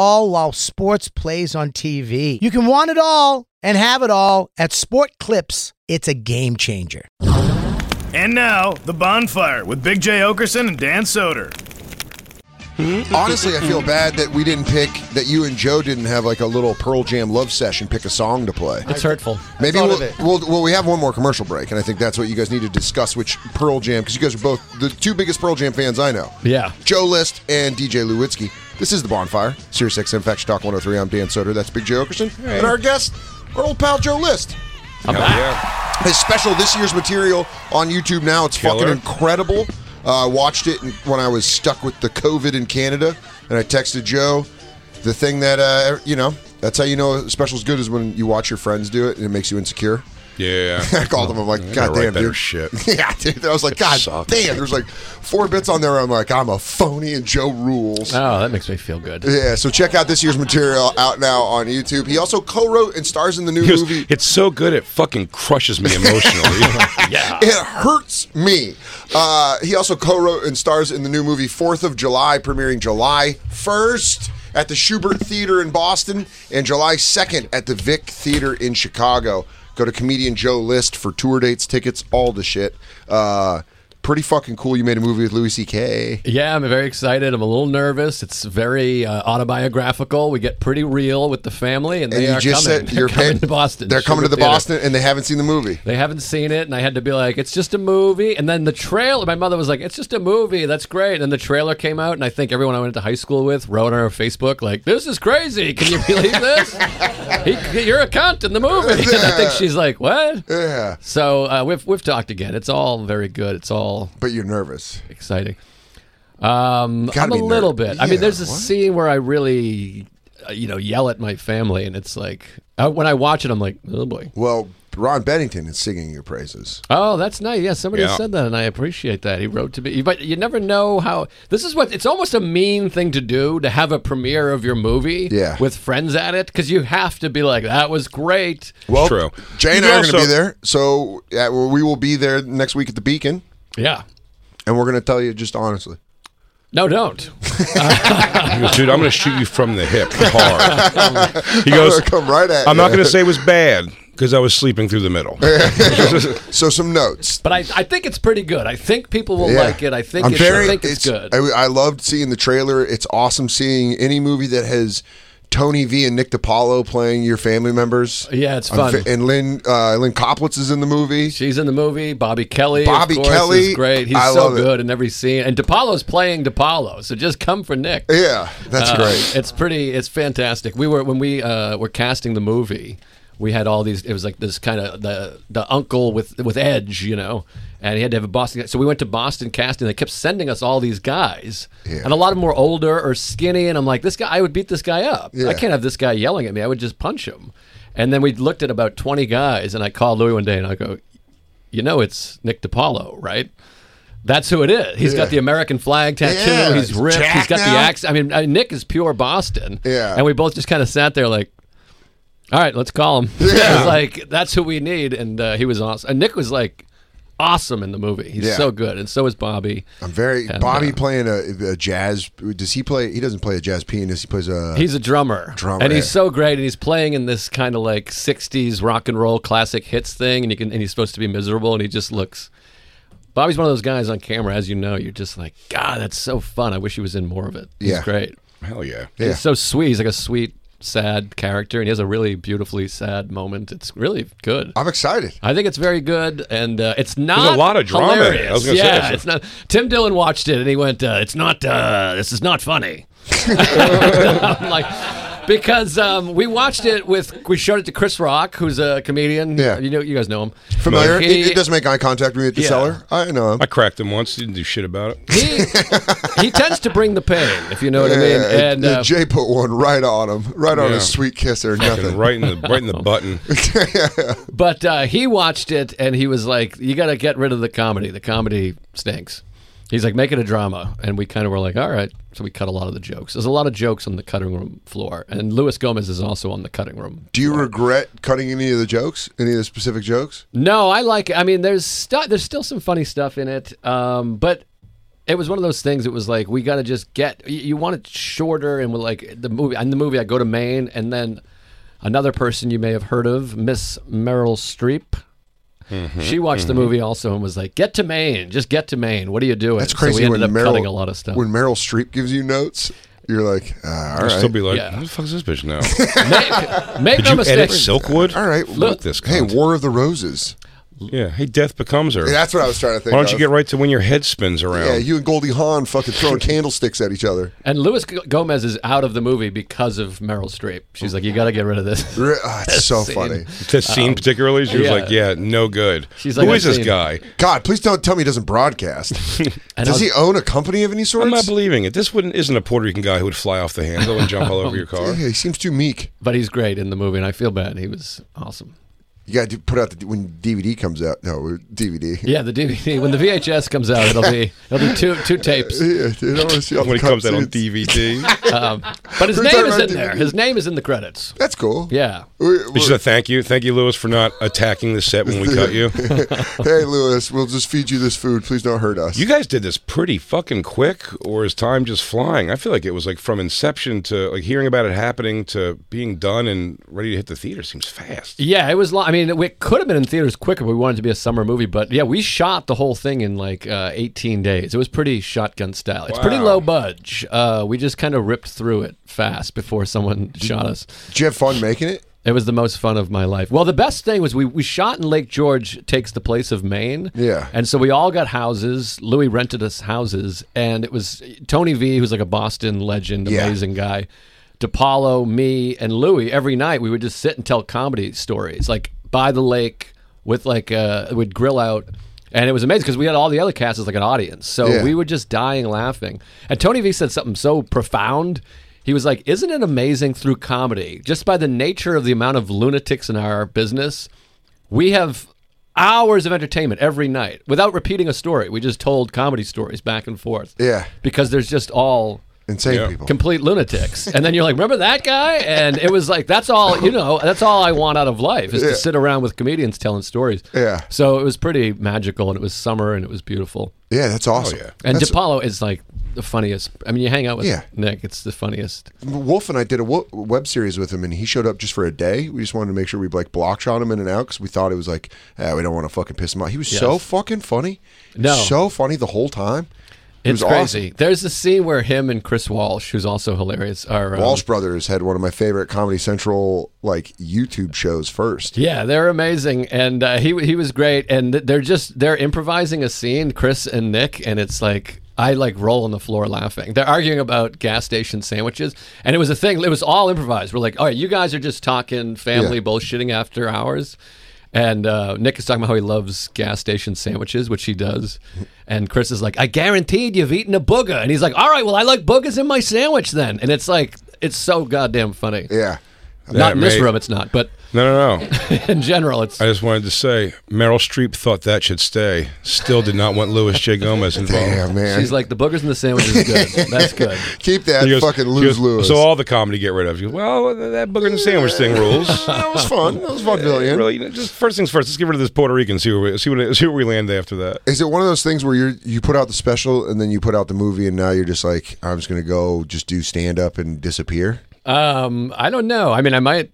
all while sports plays on TV. You can want it all and have it all at Sport Clips. It's a game changer. And now, The Bonfire with Big J. Okerson and Dan Soder. Honestly, I feel bad that we didn't pick that you and Joe didn't have like a little Pearl Jam love session. Pick a song to play. It's hurtful. Maybe Thought we'll, of it. we'll well we have one more commercial break, and I think that's what you guys need to discuss. Which Pearl Jam? Because you guys are both the two biggest Pearl Jam fans I know. Yeah. Joe List and DJ Lewitsky. This is the Bonfire, Sirius XM Faction Talk 103. I'm Dan Soder. That's Big J Okerson, and our guest, our old pal Joe List. His special this year's material on YouTube now. It's fucking incredible. Uh, I watched it when I was stuck with the COVID in Canada, and I texted Joe. The thing that uh, you know, that's how you know a special's good is when you watch your friends do it and it makes you insecure. Oh, Yeah. I called him. I'm like, I gotta God write damn, better dude. shit. yeah, dude. I was like, God sucks. damn. There's like four bits on there. I'm like, I'm a phony, and Joe rules. Oh, that makes me feel good. yeah, so check out this year's material out now on YouTube. He also co-wrote and stars in the new He goes, movie. it's so good it fucking crushes me emotionally. yeah. It hurts me. Uh, he also co-wrote and stars in the new movie Fourth of July, premiering July first at the Schubert Theater in Boston and July second at the Vic Theater in Chicago. Go to comedian Joe List for tour dates, tickets, all the shit. Uh, pretty fucking cool. You made a movie with Louis C.K. Yeah, I'm very excited. I'm a little nervous. It's very uh, autobiographical. We get pretty real with the family, and And they you are just said coming. They're you're coming paying- to Boston. They're coming to Sugar the Theater. Boston and they haven't seen the movie. They haven't seen it, and I had to be like, "It's just a movie." And then the trailer. My mother was like, "It's just a movie. That's great." And then the trailer came out, and I think everyone I went to high school with wrote on our Facebook like, "This is crazy. Can you believe this? he, you're a cunt in the movie." And I think she's like, "What?" Yeah, So uh, we've we've talked again. It's all very good. It's all but you're nervous. exciting. Um, Gotta I'm a be little nervous. bit. I mean, Yeah, there's a what? scene where I really, uh, you know, yell at my family, and it's like uh, when I watch it, I'm like, oh boy, Well, Ron Bennington is singing your praises. oh that's nice. Yeah, somebody Yeah. said that, and I appreciate that. He wrote to me, but you never know how. This is what it's almost a mean thing to do to have a premiere of your movie, Yeah. with friends at it, because you have to be like, that was great. Well, True. Jay and You I are also- going to be there, so uh, we will be there next week at the Beacon, Yeah. and we're going to tell you just honestly. No, don't. He goes, dude, I'm going to shoot you from the hip hard. He goes, I'm gonna come right at I'm ya." not going to say it was bad because I was sleeping through the middle. So some notes. But I, I think it's pretty good. I think people will Yeah. like it. I think, I'm it's, I think it's, good. I, I loved seeing the trailer. It's awesome seeing any movie that has Tony V and Nick DiPaolo playing your family members. Yeah, it's I'm fun. fi- and Lynn uh, Lynn Koplitz is in the movie. She's in the movie. Bobby Kelly. of Bobby course, Kelly, is great. He's I so love it. good in every scene. And DePaulo's playing DePaulo, so just come for Nick. Yeah, that's Um, great. It's pretty. It's fantastic. We were when we uh, were casting the movie. We had all these. It was like this kind of the the uncle with with edge, you know. And he had to have a Boston. So we went to Boston casting. They kept sending us all these guys, Yeah. and a lot of them were older or skinny. And I'm like, this guy, I would beat this guy up. Yeah. I can't have this guy yelling at me. I would just punch him. And then we looked at about 20 guys, and I called Louis one day, and I go, you know it's Nick DiPaolo, right? That's who it is. He's got the American flag tattoo. Yeah, he's he's ripped. he's jacked got the now. accent. I mean, I mean, Nick is pure Boston. Yeah. And we both just kind of sat there like, all right, let's call him. Yeah. It was like, that's who we need. And uh, he was awesome. And Nick was like awesome in the movie. He's Yeah. so good. And so is Bobby. I'm very And, Bobby uh, playing a, a jazz. Does he play? He doesn't play a jazz pianist. He plays a. He's a drummer. Drummer, And yeah. he's so great. And he's playing in this kind of like 60s rock and roll classic hits thing. And, you can, and he's supposed to be miserable. And he just looks. Bobby's one of those guys on camera, as you know, you're just like, God, that's so fun. I wish he was in more of it. He's Yeah. great. Hell yeah. Yeah. He's so sweet. He's like a sweet, sad character, and he has a really beautifully sad moment. It's really good. I'm excited. I think it's very good, and uh, it's not. lot of drama in it. I Hilarious. was gonna say yeah, that. it's not. Tim Dillon watched it, and he went, uh, "It's not. Uh, this is not funny." I'm like. Because um, we watched it with, we showed it to Chris Rock, who's a comedian. Yeah. you know, you guys know him. Familiar? He- it, it doesn't make eye contact with me at the Yeah. cellar. I know him. I cracked him once. Didn't do shit about it. he, he tends to bring the pain, if you know what I mean. Yeah, And uh, Jay put one right on him, right on his Yeah. sweet kiss or Fucking nothing. right in the right in the button. but uh, he watched it and he was like, "You got to get rid of the comedy. The comedy stinks." He's like, "Make it a drama," and we kind of were like, "All right." So we cut a lot of the jokes. There's a lot of jokes on the cutting room floor, and Luis Gomez is also on the cutting room. Do you regret cutting any of the jokes? Any of the specific jokes? No, I like. I mean, there's stu- there's still some funny stuff in it, um, but it was one of those things. It was like we got to just get. You, you want it shorter, and we're like the movie. In the movie, I go to Maine, and then another person you may have heard of, Miss Meryl Streep. Mm-hmm, she watched the movie also and was like, "Get to Maine, just get to Maine. What are you doing?" That's crazy. So we ended when up Meryl, cutting a lot of stuff. When Meryl Streep gives you notes, you're like, ah, all I'll right, still be like, Yeah. what the fuck is this bitch now? make make no Did you edit mistake. Silkwood? all right. Look this. Hey, cunt. War of the Roses. yeah. Hey, death becomes her. That's what I was trying to think. Why don't you of. get right to when your head spins around? Yeah, you and Goldie Hawn fucking throwing candlesticks at each other. And Luis G- Gomez is out of the movie because of Meryl Streep. She's like, "You got to get rid of this." Re- ah, it's so Scene. funny. That scene particularly, she was Um, yeah. like, "Yeah, no good." She's like, "Who I've is this seen- guy?" God, please don't tell me he doesn't broadcast. And I Does was- he own a company of any sort? I'm not believing it. This wouldn't isn't a Puerto Rican guy who would fly off the handle and jump all over your car. yeah, he seems too meek. But he's great in the movie, and I feel bad. He was awesome. You got to put out the when DVD comes out. No, we're- DVD. Yeah, the DVD. When the VHS comes out, it'll be it'll be two two tapes. Yeah, dude, I wanna see all the When it comes out on cutscenes. DVD, But his Who's name talking is about in there. DVD? His name is in the credits. That's cool. Yeah. We- it's just a thank you, thank you, Lewis, for not attacking the set when we cut you. hey, Lewis, we'll just feed you this food. Please don't hurt us. You guys did this pretty fucking quick, or is time just flying? I feel like it was like from inception to like hearing about it happening to being done and ready to hit the theater seems fast. Yeah, it was. Long, I mean, it could have been in theaters quicker, but we wanted it to be a summer movie. But yeah, we shot the whole thing in like uh, 18 days. It was pretty shotgun style. It's pretty Wow. low budge. Uh, we just kind of ripped through it fast before someone shot us. Did you have fun making it? It was the most fun of my life. Well, the best thing was we, we shot in Lake George takes the place of Maine. Yeah. And so we all got houses. Louis rented us houses and it was Tony V who's like a Boston legend, Yeah. amazing guy. DePaulo, me and Louis every night we would just sit and tell comedy stories like by the lake with like uh would grill out and it was amazing because we had all the other cast as like an audience. So Yeah. we were just dying laughing. And Tony V said something so profound. He was like, Isn't it amazing through comedy, just by the nature of the amount of lunatics in our business, we have hours of entertainment every night without repeating a story. We just told comedy stories back and forth. Yeah. Because there's just all Insane people. complete lunatics. And then you're like, remember that guy? And it was like, that's all, you know, that's all I want out of life is Yeah. to sit around with comedians telling stories. Yeah. So it was pretty magical and it was summer and it was beautiful. yeah, that's awesome. Oh, yeah. And That's- DiPaolo is like the funniest. I mean, you hang out with Yeah. Nick, it's the funniest. Wolf and I did a wo- web series with him, and he showed up just for a day. We just wanted to make sure we like block shot him in and out because we thought it was like, ah, we don't want to fucking piss him off. He was so fucking funny. No. so funny the whole time. It It's was crazy. There's a scene where him and Chris Walsh, who's also hilarious, are um, Awesome. Walsh Brothers had one of my favorite Comedy Central like YouTube shows first. Yeah, they're amazing, and uh, he he was great, and th- they're just they're improvising a scene, Chris and Nick, and it's like I like roll on the floor laughing. They're arguing about gas station sandwiches, and it was a thing. It was all improvised. We're like, all right, you guys are just talking family Yeah. bullshitting after hours. And uh, Nick is talking about how he loves gas station sandwiches, which he does. And Chris is like, "I guaranteed you've eaten a booger," and he's like, "All right, well, I like boogers in my sandwich then." And it's like, it's so goddamn funny. Yeah. Not in this mate. room, it's not, but No, no, no. in general, it's I just wanted to say Meryl Streep thought that should stay. Still did not want Louis J. Gomez involved. Damn man, She's like, the boogers and the sandwiches is good. That's good. keep that He goes- fucking he lose goes, lose. So all the comedy get rid of. He goes, well, that booger and the sandwich thing rules. that was fun. That was vaudevillian. really, you know, just first things first. Let's get rid of this Puerto Rican. See where we, see what see where we land after that. Is it one of those things where you you put out the special and then you put out the movie and now you're just like I'm just gonna go just do stand up and disappear? Um, I don't know. I mean, I might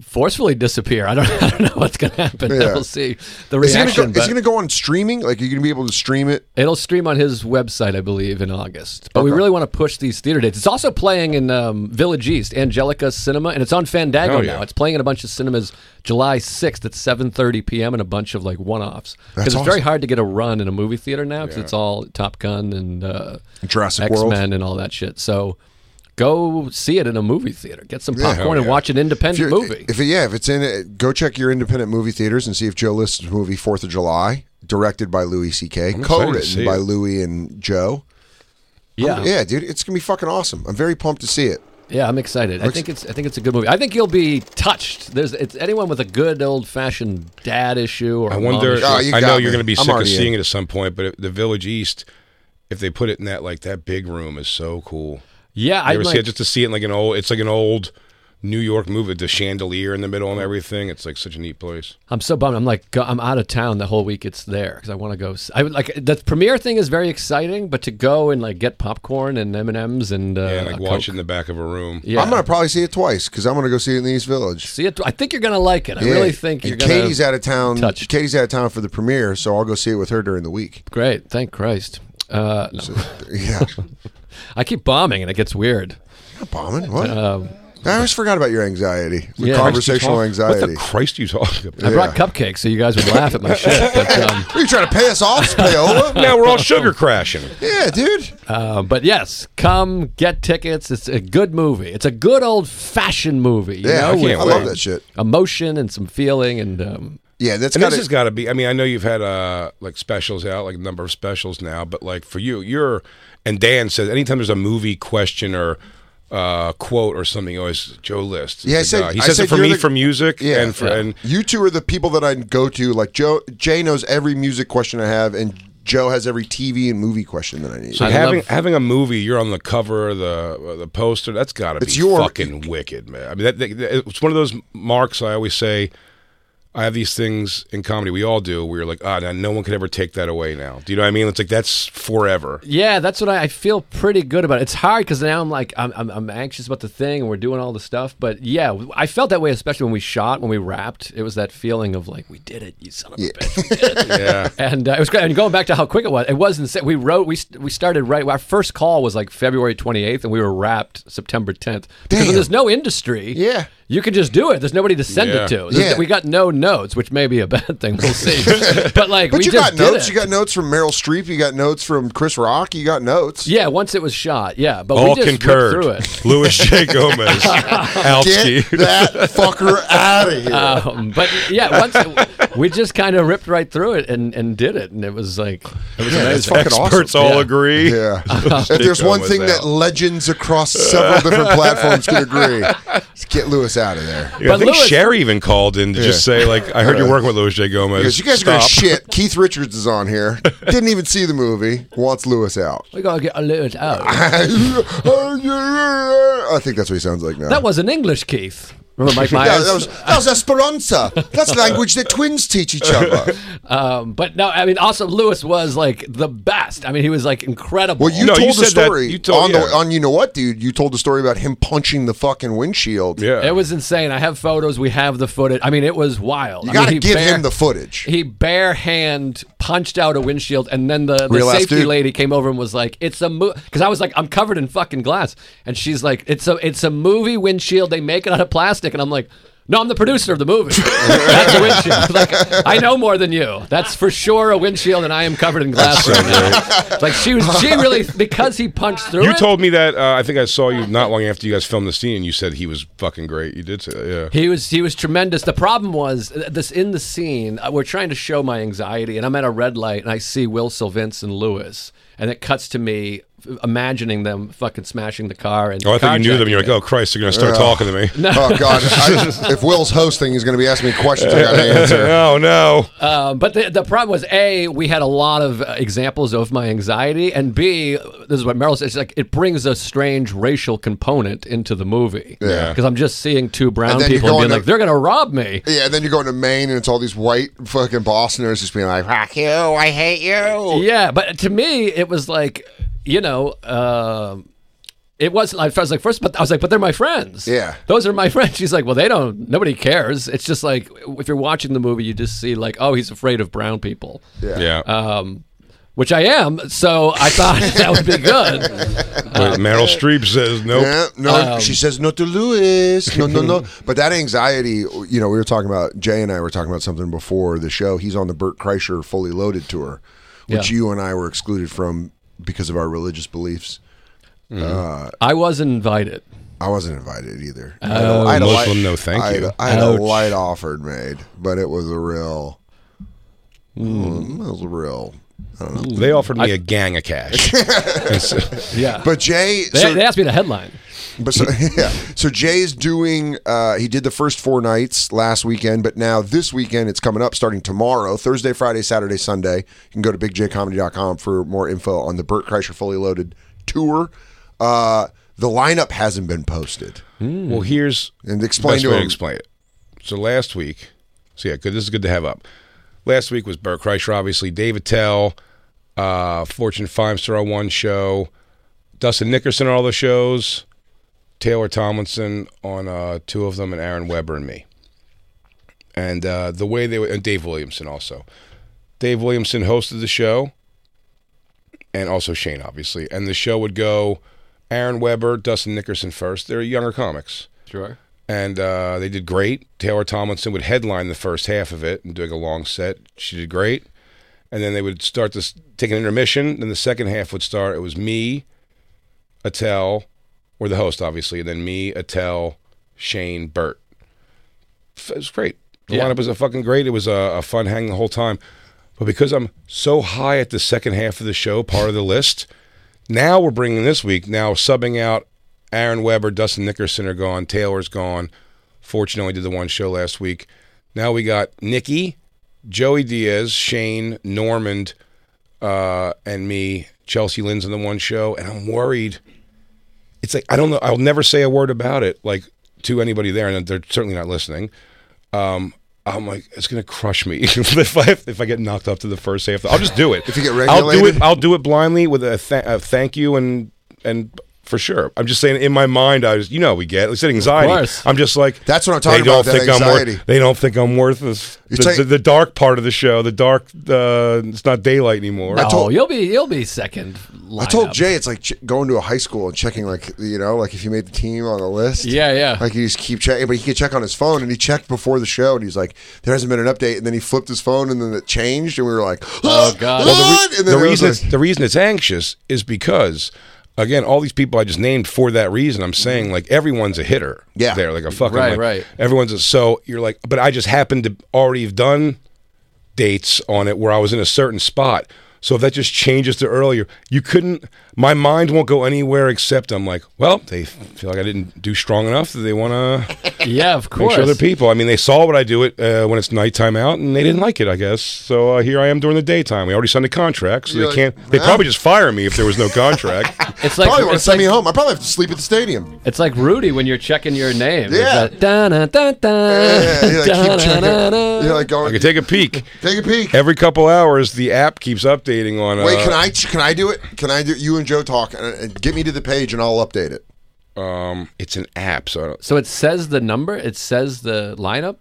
forcefully disappear. I don't, I don't know what's going to happen. Yeah. We'll see the Is it reaction. going but to go on streaming? Like, you're going to be able to stream it? It'll stream on his website, I believe, in August. But we really want to push these theater dates. It's also playing in um, Village East, Angelica Cinema, and it's on Fandango Oh, yeah. now. It's playing in a bunch of cinemas July 6th at 7.30 p.m. and a bunch of, like, one-offs. Because That's it's very awesome. hard to get a run in a movie theater now because it's all Top Gun and uh, Jurassic X-Men World. and all that shit. So go see it in a movie theater. Get some popcorn and yeah. watch an independent you're- movie. If it, yeah, if it's in it, go check your independent movie theaters and see if Joe List's movie Fourth of July, directed by Louis C.K., excited to co-written see by it. Louis and Joe. yeah. yeah, dude, it's gonna be fucking awesome. I'm very pumped to see it. Yeah, I'm excited. I think it's I think it's a good movie. I think you'll be touched. There's it's anyone with a good old fashioned dad issue or I mom wonder. issue. Oh, you I know got you're me. going to be I'm sick of already in. seeing it at some point, but the Village East, if they put it in that like that big room, is so cool. yeah, I I ever see it like, just to see it in, like an old. It's like an old New York movie, the chandelier in the middle and everything. It's like such a neat place. I'm so bummed. I'm like go, I'm out of town the whole week. It's there because I want to go. s- I would like the premiere thing is very exciting, but to go and like get popcorn and M and M's and uh, Yeah, like a watch it Coke. in the back of a room. Yeah, I'm gonna probably see it twice because I'm gonna go see it in the East Village. see it. I think you're gonna like it. I Yeah. really think you're And gonna. Katie's out of town. touched. Katie's out of town for the premiere, so I'll go see it with her during the week. Great, thank Christ. Uh, no. Yeah, I keep bombing and it gets weird. Not bombing. What? I always forgot about your anxiety, the Um, Yeah. conversational Christ you talk- anxiety. What the Christ you talking about? I brought cupcakes so you guys would laugh at my shit, but. Um, Are you trying to pay us off, Payola? now we're all sugar crashing. yeah, dude. Uh, but yes, come get tickets. It's a good movie. It's a good old fashioned movie. You Yeah, know, I, with can't love wait. that shit. Emotion and some feeling and um, Yeah, that's And got this has to. got to be. I mean, I know you've had uh like specials out, like a number of specials now, but like for you, you're and Dan says anytime there's a movie question or uh quote or something, he always Joe List. is Yeah, I the said- guy. uh, he I says said it for you're me the- for music Yeah. and for and You two are the people that I go to. Like Joe, Jay knows every music question I have, and Joe has every TV and movie question that I need. So I having love- having a movie, you're on the cover, the the poster. That's got to be It's your- fucking wicked, man. I mean, that, that, it's one of those marks I always say. I have these things in comedy. We all do. We're like, ah, now no one could ever take that away. Now, do you know what I mean? It's like that's forever. yeah, that's what I, I feel pretty good about. It's hard because now I'm like I'm, I'm I'm anxious about the thing and we're doing all the stuff. But yeah, I felt that way especially when we shot when we wrapped. It was that feeling of like we did it, you son of a bitch. We did it. Yeah, And uh, it was great. And going back to how quick it was, it was insane. We wrote, we st- we started right. Our first call was like February 28th, and we were wrapped September 10th. Because Damn. when there's no industry, Yeah. you can just do it. There's nobody to send Yeah. it to. There's- Yeah. We got no notes, which may be a bad thing. We'll see. but like, but we you just got did notes. it. You got notes from Meryl Streep. You got notes from Chris Rock. You got notes. yeah, once it was shot, yeah. But all we just concurred. ripped through it. Louis J. Gomez, Alpsky. Get that fucker out of here. Um, but yeah, once it, we just kind of ripped right through it and, and did it, and it was like it was Yeah, that's amazing. fucking Experts awesome. all Yeah. agree. yeah. if Jake there's one Gomez thing that out. legends across several different platforms can agree, it's get Lewis out of there. Yeah, I But think Louis- Sherry even called in to just say, like, I heard you're working with Louis J. Gomez. Because you guys are Stop. gonna shit. Keith Richards is on here. Didn't even see the movie. Wants Lewis out. We gotta get a little out. I think that's what he sounds like now. That wasn't English, Keith. Remember Mike Myers? Yeah, that was, that was Esperanza. That's language that twins teach each other. Um, but no, I mean, also Lewis was like the best. I mean, he was like incredible. Well, you No, you told the said that- story you told- on, the, yeah. on you know what, dude. You told the story about him punching the fucking windshield. Yeah. it was insane. I have photos. We have the footage. I mean, it was wild. you I got to mean, he give bare- him the footage. He bare hand punched out a windshield, and then the, the Real ass safety dude. lady came over and was like, "It's a movie," because I was like, "I'm covered in fucking glass," and she's like, "It's a it's a movie windshield. They make it out of plastic," and I'm like. No, I'm the producer of the movie. That's a windshield. Like, I know more than you. That's for sure a windshield, and I am covered in glass right now. Like she was, she really because he punched through You it. told me that. Uh, I think I saw you not long after you guys filmed the scene, and you said he was fucking great. You did say that, yeah. He was he was tremendous. The problem was uh, this in the scene. uh, We're trying to show my anxiety, and I'm at a red light, and I see Will Sylvince and Lewis, and it cuts to me f- imagining them fucking smashing the car. And Oh, I thought you knew them. carjacking You're it. like, oh Christ, they're gonna start talking to me. Oh God! I, if Will's hosting, he's going to be asking me questions I got to answer. oh no. Um, but the, the problem was a we had a lot of uh, examples of my anxiety, and b this is what Meryl says. she's Like it brings a strange racial component into the movie. Yeah. because I'm just seeing two brown And then you're people and going being to- like, they're gonna rob me. Yeah, and then you're going to Maine, and it's all these white fucking Bostoners just being like, "Ah, "Fuck you, I hate you." Yeah, but to me, it was like, you know, um It was. I was like, first, but I was like, but they're my friends. Yeah. those are my friends. She's like, well, they don't. Nobody cares. It's just like if you're watching the movie, you just see like, oh, he's afraid of brown people. Yeah. Um, which I am. So I thought that would be good. But Meryl Streep says nope. Um, Yeah, no, she says no to Lewis. No, no, no. but that anxiety, you know, we were talking about Jay and I were talking about something before the show. He's on the Burt Kreischer Fully Loaded tour, which Yeah. you and I were excluded from because of our religious beliefs. I was invited. I wasn't invited either. I had a- I had a Muslim, light- Oh, no thank I had, you. I had a Ouch. light offered made, but it was a real. Hmm. Mm, it was a real. They offered me a gang of cash. And so- Yeah, But Jay, they, so- they asked me to headline. But so, yeah, so Jay's doing. Uh, he did the first four nights last weekend, but now this weekend it's coming up starting tomorrow, Thursday, Friday, Saturday, Sunday. You can go to bigjcomedy.com for more info on the Burt Kreischer Fully Loaded tour. Uh, the lineup hasn't been posted, Well, here's And explain best to way him. explain it. So last week, so yeah, good. This is good to have up. Last week was Burt Kreischer, obviously. Dave Attell, uh, Fortune Five Star on one show. Dustin Nickerson on all the shows. Taylor Tomlinson on uh, two of them, and Aaron Weber and me. And uh, the way they were, and Dave Williamson also. Dave Williamson hosted the show, and also Shane, obviously. And the show would go Aaron Weber, Dustin Nickerson first. They're younger comics Sure. and uh, they did great. Taylor Tomlinson would headline the first half of it and doing a long set. She did great, and then they would start to s- take an intermission. Then the second half would start. It was me, Attell, or the host, obviously, and then me, Attell, Shane, Burt. F- It was great. The Yeah. lineup was a fucking great. It was a, a fun hang the whole time. But because I'm so high at the second half of the show, part of the list, now we're bringing this week now subbing out Aaron Weber, Dustin Nickerson are gone, Taylor's gone. Fortune only did the one show last week. Now we got Nikki, Joey Diaz, Shane, Normand, uh, and me. Chelsea Lynn's in the one show, and I'm worried. It's like I don't know. I'll never say a word about it, like to anybody there, and they're certainly not listening. Um, I'm like, it's gonna crush me if I if I get knocked up to the first half. I'll just do it. If you get I'll do regulated? it. Um, I'll do it blindly with a, th- a thank you and and for sure. I'm just saying in my mind, I was you know how we get at least anxiety. course. I'm just like That's what I'm talking they don't about, that think I'm worth- anxiety. they don't think I'm worth this. The, You're saying- the, the dark part of the show, the dark. Uh, it's not daylight anymore. Oh, told- you'll be you'll be second. I told lineup. Jay it's like ch- going to a high school and checking, like you know, like if you made the team on the list. Yeah, yeah. Like you just keep checking, but he could check on his phone, and he checked before the show, and he's like, "There hasn't been an update," and then he flipped his phone, and then it changed, and we were like, "Oh God. What? Well, the, re- and then the it was reason like- it's, the reason it's anxious is because again, all these people I just named for that reason. I'm saying like everyone's a hitter. Yeah. they're like a fucking Right, like, right. Everyone's a, so you're like, but I just happened to already have done dates on it where I was in a certain spot. So if that just changes to earlier, you couldn't. My mind won't go anywhere except I'm like, well, they feel like I didn't do strong enough that they want to Yeah, of course. make sure they're people. I mean, they saw what I do it uh, when it's nighttime out, and they didn't like it. I guess so. Uh, here I am during the daytime. We already signed a contract, so You're they like, can't. They "Huh?" probably just fire me if there was no contract. It's like probably want to it's send like- me home. I probably have to sleep at the stadium. It's like Rudy when you're checking your name. Yeah. It's that, dun, dun, dun, Yeah, dun, you're like, keep checking. dun, dun, You're like I going, could take, take a Uh, a peek. peek. Every couple hours, the app keeps updating on. Uh, Wait, can I can I do it? Can I do you and Joe talk and, and get me to the page, and I'll update it. Um, it's an app, so I don't, So it says the number. It says the lineup.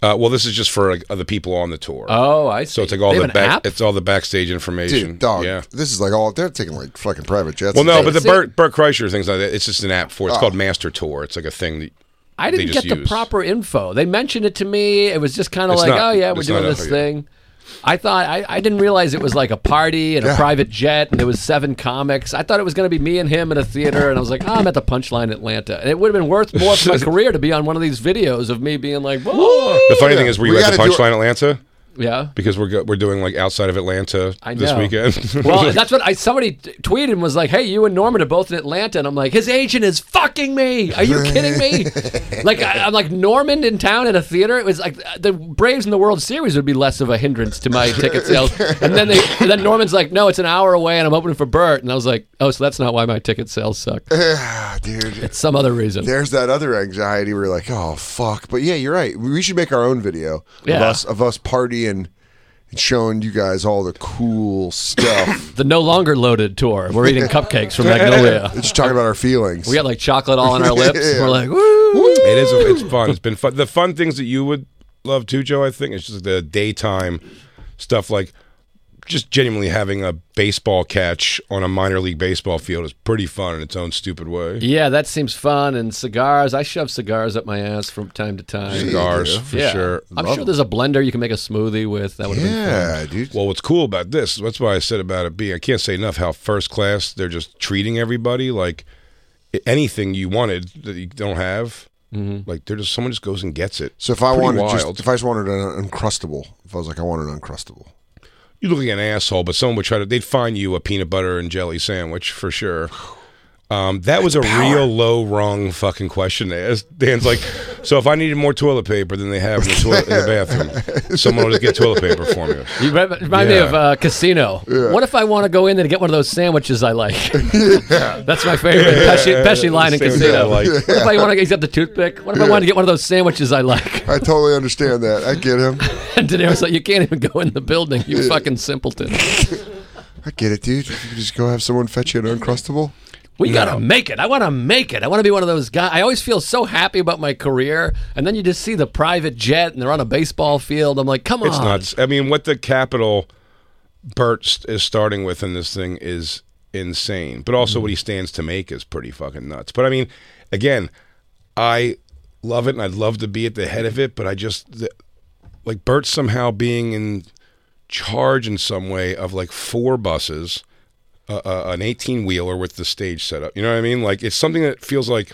uh, well, this is just for like, the people on the tour. Oh, I see. so it's like all They have the an back, app? it's all the backstage information. Dude, dog, yeah. this is like all they're taking like fucking private jets. Well, and no, shit. but the That's it. Bert, Bert Kreischer things like that. It's just an app for. It's Oh. called Master Tour. It's like a thing that I they didn't just get the use. proper info. They mentioned it to me. It was just kind of It's like, not- oh yeah, we're it's doing not this out yet. thing. I thought I, I didn't realize it was like a party and a private jet, and there was seven comics. I thought it was going to be me and him in a theater, and I was like, oh, I'm at the Punchline Atlanta, and it would have been worth more for my career to be on one of these videos of me being like, whoa, The funny thing is, were you We at the gotta do it. Punchline Atlanta? yeah. because we're go- we're doing like outside of Atlanta I this know. weekend. Well, that's what I somebody t- tweeted and was like, "Hey, you and Norman are both in Atlanta," and I'm like, "His agent is fucking me. Are you kidding me?" like I, I'm like Norman in town at a theater. It was like uh, the Braves in the World Series would be less of a hindrance to my ticket sales. And then they and then Norman's like, "No, it's an hour away, and I'm opening for Bert." And I was like, "Oh, so that's not why my ticket sales suck. Ah, dude. Some other reason." There's that other anxiety where you're like, oh fuck. But yeah, you're right. We should make our own video Yeah. of us of us partying and showing you guys all the cool stuff. The no longer loaded tour. We're eating cupcakes from Magnolia. It's just talking about our feelings. We got like chocolate all on our lips. Yeah. We're like, woo. It is. It's fun. It's been fun. The fun things that you would love too, Joe. I think it's just the daytime stuff, like just genuinely having a baseball catch on a minor league baseball field is pretty fun in its own stupid way. Yeah, that seems fun. And cigars. I shove cigars up my ass from time to time. Cigars for Yeah. sure. I'm sure there's a blender you can make a smoothie with. That would have been fun. yeah, dude. Well, what's cool about this? That's why I said about it being. I can't say enough how first class they're just treating everybody like anything you wanted that you don't have. Mm-hmm. Like they're just someone just goes and gets it. So if I Pretty wanted, just, wild. if I just wanted an uncrustable, if I was like, I wanted an uncrustable. you look like an asshole, but someone would try to. They'd find you a peanut butter and jelly sandwich for sure. Um, that was a real low rung fucking question. to ask. Dan's like, so if I needed more toilet paper than they have in the, toilet, in the bathroom, someone would just get toilet paper for me. You rem- remind me Yeah. of uh, Casino. What if I want to go in there and get one of those sandwiches I like? That's my favorite Pesci, Pesci line in Sandwich Casino. I like. What if I want to get he's got the toothpick? What if I want to get one of those sandwiches I like? I totally understand that. I get him. And De Niro's like, you can't even go in the building, you fucking simpleton. I get it, dude. You can just go have someone fetch you an uncrustable. We gotta make it. I want to make it. I want to be one of those guys. I always feel so happy about my career, and then you just see the private jet, and they're on a baseball field. I'm like, come It's on. nuts. I mean, what the capital Bert s- is starting with in this thing is insane, but Mm-hmm. also what he stands to make is pretty fucking nuts. But I mean, again, I love it and I'd love to be at the head of it, but I just the, like Bert somehow being in charge in some way of like four buses, uh, uh, an 18 wheeler with the stage set up. You know what I mean? Like, it's something that feels like.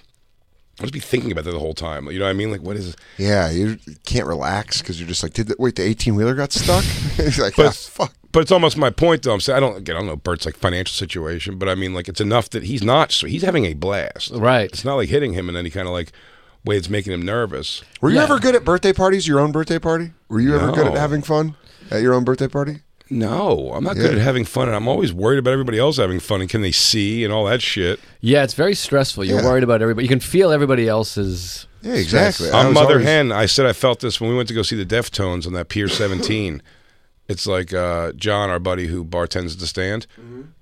I'll just be thinking about that the whole time. You know what I mean? Like, what is? Yeah, you can't relax because you're just like, did the, wait, the 18 wheeler got stuck? He's like, But ah, it's- fuck. But it's almost my point, though. I'm saying I don't again. I don't know Bert's like financial situation, but I mean, like it's enough that he's not. So he's having a blast, Right. It's not like hitting him in any kind of like way it's making him nervous. Were you Yeah. ever good at birthday parties? Your own birthday party? Were you ever good at No. having fun at your own birthday party? No, I'm not Yeah. good at having fun, and I'm always worried about everybody else having fun and can they see and all that shit. Yeah, it's very stressful. You're Yeah. worried about everybody. You can feel everybody else's. Yeah, exactly. I I'm was Mother always- Hen. I said I felt this when we went to go see the Deftones on that Pier 17. it's like uh, John, our buddy who bartends at the stand,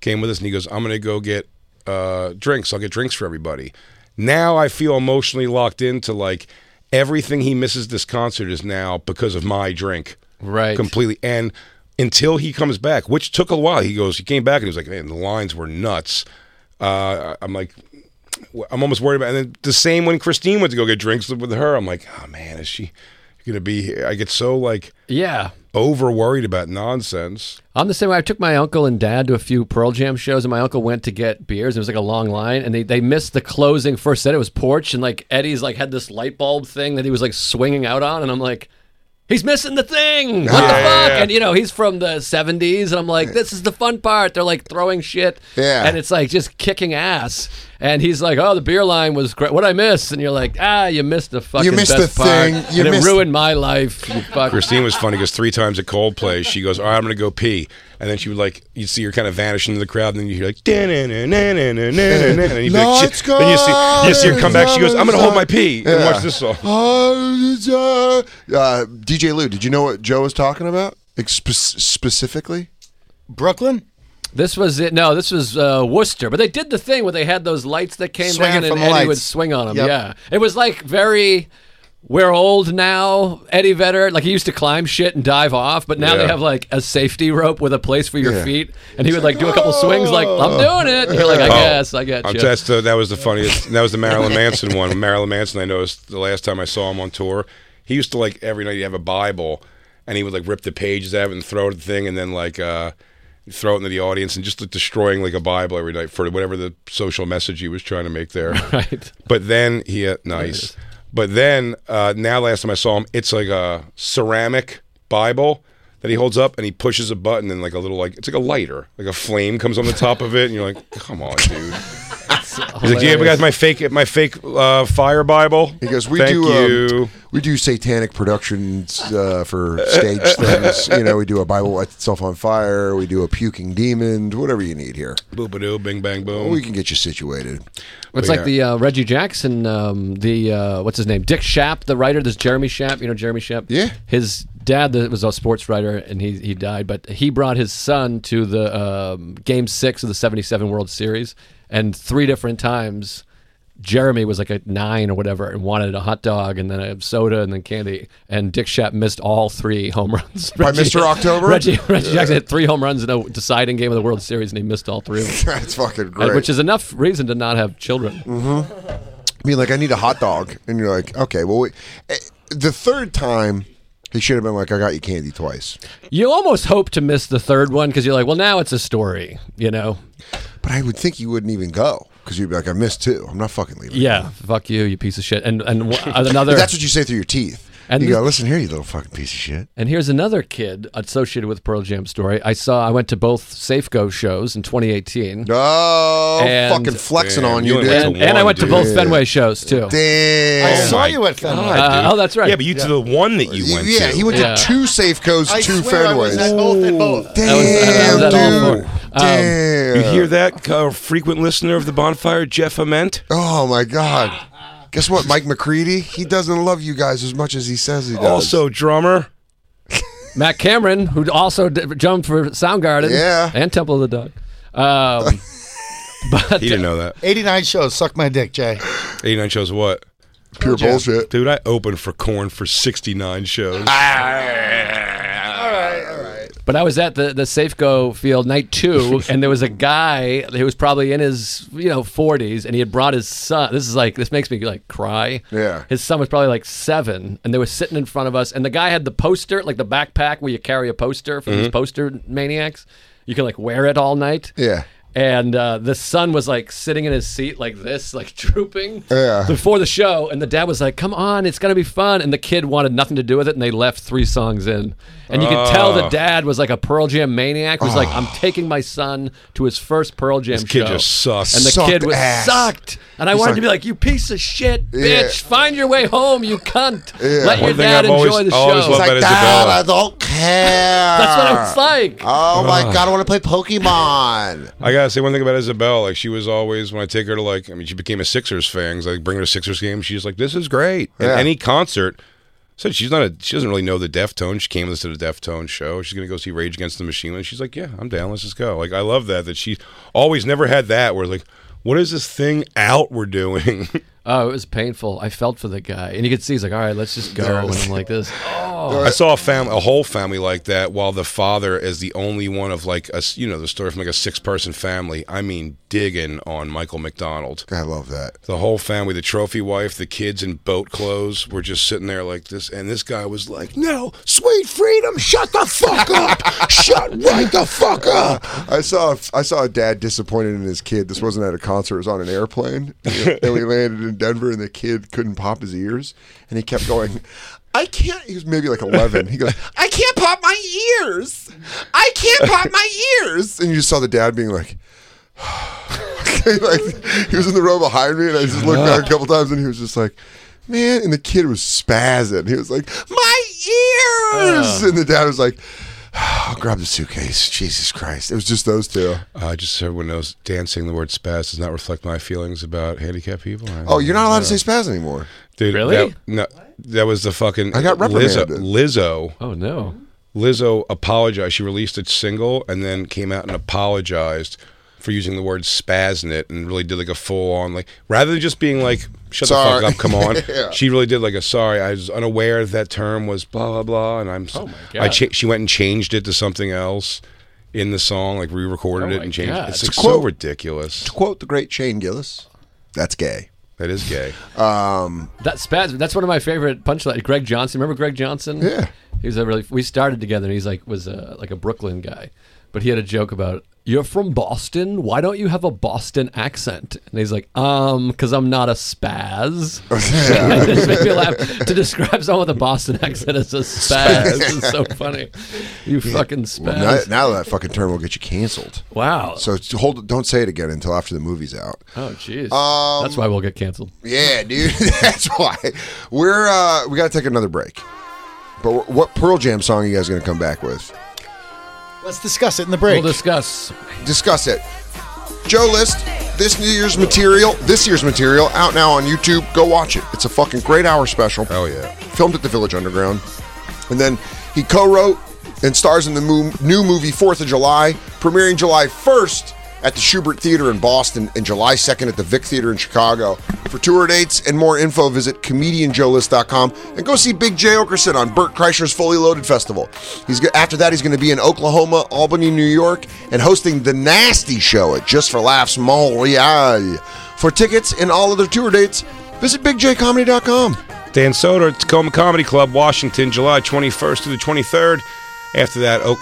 came with us and he goes, I'm going to go get uh, drinks. I'll get drinks for everybody. Now I feel emotionally locked into like everything he misses this concert is now because of my drink. Right. Completely. And until he comes back, which took a while, he goes, he came back and he was like, man, the lines were nuts. Uh, I'm like, I'm almost worried about. And then the same when Christine went to go get drinks with her, I'm like, oh man, is she gonna be here? I get so like Yeah. over worried about nonsense. I'm the same way. I took my uncle and dad to a few Pearl Jam shows, and my uncle went to get beers. It was like a long line, and they, they missed the closing first set. It was porch, and like Eddie's like had this light bulb thing that he was like swinging out on, and I'm like, he's missing the thing. What the Yeah. fuck? And you know, he's from the '70s, and I'm like, this is the fun part. They're like throwing shit, Yeah. and it's like just kicking ass. And he's like, oh, the beer line was great. What I miss? And you're like, ah, you missed the fucking missed best the part, thing. You and missed- it ruined my life. You fuck. Christine was funny because three times at Coldplay, she goes, "All right, I'm gonna go pee," and then she would like, you'd see her kind of vanish into the crowd, and then you hear like, "Da-na-na-na-na-na-na-na," and you'd be like, Lights "Shit." then you see, you see her come back. She goes, "I'm gonna hold my pee and Yeah. watch this song." Oh. Uh, DJ Lou, did you know what Joe was talking about Ex- spe- specifically? Brooklyn? This was it. No, this was uh, Worcester. But they did the thing where they had those lights that came Swinging down and from the Eddie lights. would swing on them. Yep. Yeah. It was like very. We're old now, Eddie Vedder. Like he used to climb shit and dive off, but now Yeah. they have like a safety rope with a place for your Yeah. feet, and he would like do a couple swings, like I'm doing it. And you're like, I Oh. guess, I get I'm- you. That's the, that was the funniest. That was the Marilyn Manson one. Marilyn Manson, I noticed the last time I saw him on tour, he used to like every night he'd have a Bible, and he would like rip the pages out of it and throw it at the thing, and then like uh, throw it into the audience, and just like destroying like a Bible every night for whatever the social message he was trying to make there. Right. But then he uh, nice. But then uh, now, last time I saw him, it's like a ceramic Bible that he holds up, and he pushes a button, and like a little like it's like a lighter, like a flame comes on the top of it, and you're like, come on, dude. He's like, do you guys my fake my fake uh, fire Bible? He goes, we Thank do you. Um, we do satanic productions uh, for stage things. You know, we do a Bible lights itself on fire. We do a puking demon. Whatever you need here, Boop a doo, bing bang boom. we can get you situated. But It's like yeah. the uh, Reggie Jackson, um, the uh, what's his name, Dick Shapp, the writer. There's Jeremy Shapp. You know Jeremy Shapp. Yeah. His dad that was a sports writer and he, he died, but he brought his son to the um, game six of the 77 World Series. And three different times, Jeremy was like a nine or whatever and wanted a hot dog and then a soda and then candy. And Dick Shep missed all three home runs. By Mr. October? Reggie, Reggie Jackson had three home runs in a deciding game of the World Series and he missed all three of them. That's fucking And- great. Which is enough reason to not have children. I mean, like, I need a hot dog, and you're like, okay, well, wait. Eh, the third time, he should have been like, I got you candy twice. You almost hope to miss the third one because you're like, well, now it's a story, you know? But I would think you wouldn't even go because you'd be like, I missed two. I'm not fucking leaving. Yeah, fuck you, you piece of shit. And and wh- another. But that's what you say through your teeth. And you this- go, listen here, you little fucking piece of shit. And here's another kid associated with Pearl Jam story. I saw. I went to both Safeco shows in 2018, Oh, And- fucking flexing Damn, on you you, and dude. and, That's a and I one, went dude. to both Yeah. Fenway shows too. I Damn. saw my you at Fenway. Uh, oh, that's right. Yeah, but you to the one that you went yeah, to. he went Yeah. to two Safecos, I two swear I was Fenways. at both at both. Damn, was- I was at all dude. four. Um, Damn. You hear that, uh, frequent listener of the bonfire, Jeff Ament? Oh, my God. Guess what, Mike McCready? He doesn't love you guys as much as he says he does. Also, drummer. Matt Cameron, who also d- jumped for Soundgarden, Yeah. and Temple of the Dog. Um, He didn't know that. 89 shows. Suck my dick, Jay. 89 shows what? pure bullshit. Dude, I opened for Corn for 69 shows. Ah, but I was at the the Safeco Field night two, and there was a guy who was probably in his you know 40s, and he had brought his son. This is like this makes me like cry. Yeah. his son was probably like seven, and they were sitting in front of us, and the guy had the poster, like the backpack where you carry a poster for Mm-hmm. these poster maniacs. You can like wear it all night. Yeah. And uh, the son was like sitting in his seat like this, like drooping Yeah. before the show. And the dad was like, come on, it's going to be fun. And the kid wanted nothing to do with it. And they left three songs in. And you Oh. could tell the dad was like a Pearl Jam maniac, was Oh. like, I'm taking my son to his first Pearl Jam This kid show. just sucks. and the Sucked kid was ass. sucked. And I wanted to be like, you piece of shit, bitch. Find your way home, you cunt. Let your One thing dad I've enjoy always- the always show. loved- Like, Dad, But Isabella- I don't care. That's what I was like. Oh my god, I want to play Pokemon. I gotta say one thing about Isabel. Like she was always when I take her to like, I mean, she became a Sixers fan. 'cause I bring her to Sixers games. She's like, "This is great." And Yeah. any concert, so she's not a, she doesn't really know the Deftones. She came with us to the Deftones show. She's gonna go see Rage Against the Machine. And she's like, "Yeah, I'm down. Let's just go." Like I love that that she always never had that where like, what is this thing out we're doing? Oh, it was painful. I felt for the guy. And you could see he's like, all right, let's just go. And I'm like this. Oh. I saw a family, a whole family like that, while the father is the only one of like a s- you know the story from like a six person family. I mean, digging on Michael McDonald. I love that. the whole family, the trophy wife, the kids in boat clothes were just sitting there like this. And this guy was like, No, sweet freedom, shut the fuck up. shut right the fuck up. I saw I saw a dad disappointed in his kid. This wasn't at a concert; it was on an airplane. and we landed in Denver, and the kid couldn't pop his ears, and he kept going. I can't. He was maybe like eleven. He goes, "I can't pop my ears. I can't pop my ears." And you just saw the dad being like, like he was in the row behind me, and I just looked back a couple times, and he was just like, "Man!" And the kid was spazzing. He was like, "My Uh. ears!" And the dad was like, "I'll grab the suitcase." Jesus Christ! It was just those two. Uh, just so everyone knows, dancing the word spaz does not reflect my feelings about handicapped people. I- Oh, you're not allowed to say spaz anymore. Dude, Really? That, no, that was the fucking. I got Lizzo, reprimanded. Lizzo. Oh, no. Lizzo apologized. She released a single and then came out and apologized for using the word spaz in it and really did like a full on like rather than just being like shut Sorry. the fuck up, come on. Yeah. She really did like a sorry. I was unaware that term was blah blah blah, and I'm. Oh my I cha- she went and changed it to something else in the song, like re-recorded Oh it my and changed. God. it. It's To like so quote- ridiculous. Quote the great Shane Gillis. That's gay. That is gay. That spaz, that's one of my favorite punchlines. Greg Johnson. Remember Greg Johnson? Yeah. He was a really, we started together and he's like, was a, like a Brooklyn guy. But he had a joke about, you're from Boston. Why don't you have a Boston accent? And he's like, um, because I'm not a spaz. This made me laugh. To describe someone with a Boston accent as a spaz is so funny. You fucking spaz. Well, now, now that fucking term will get you canceled. wow. So just hold. Don't say it again until after the movie's out. Oh, jeez. Um, That's why we'll get canceled. Yeah, dude. That's why we're uh, we got to take another break. But wh- what Pearl Jam song are you guys going to come back with? Let's discuss it in the break. We'll discuss. Discuss it. Joe List, this New Year's material, this year's material, out now on YouTube. Go watch it. It's a fucking great hour special. Oh yeah. Filmed at the Village Underground. And then he co wrote and stars in the mo- new movie, Fourth of July, premiering July 1st at the Schubert Theater in Boston and July 2nd at the Vic Theater in Chicago. For tour dates and more info, visit comedianjoelist.com and go see Big J. Okerson on Burt Kreischer's Fully Loaded Festival. He's go- After that, he's going to be in Oklahoma, Albany, New York, and hosting The Nasty Show at Just for Laughs Montreal. For tickets and all other tour dates, visit bigjcomedy.com. Dan Soder at Tacoma Comedy Club, Washington, July 21st to the 23rd. After that, o-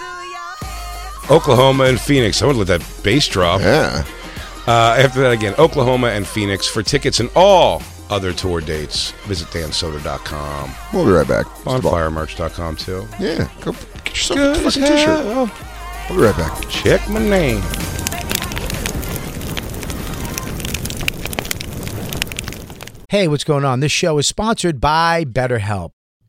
Oklahoma and Phoenix. I would let that bass drop. Yeah. Uh, after that, again, Oklahoma and Phoenix. For tickets and all other tour dates, visit dansoder.com. We'll be right back. Bonfiremerch.com, too. Yeah, go get yourself Good a as fucking t-shirt. hell. We'll be right back. Check my name. Hey, what's going on? This show is sponsored by BetterHelp.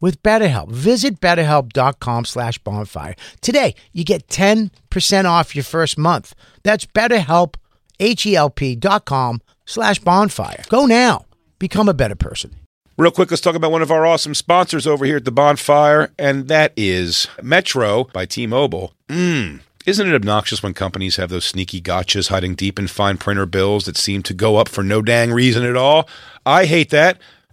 with BetterHelp. Visit betterhelp.com slash bonfire. Today, you get 10% off your first month. That's betterhelp, H-E-L-P dot com slash bonfire. Go now. Become a better person. Real quick, let's talk about one of our awesome sponsors over here at the bonfire, and that is Metro by T Mobile. Mmm. Isn't it obnoxious when companies have those sneaky gotchas hiding deep in fine printer bills that seem to go up for no dang reason at all? I hate that.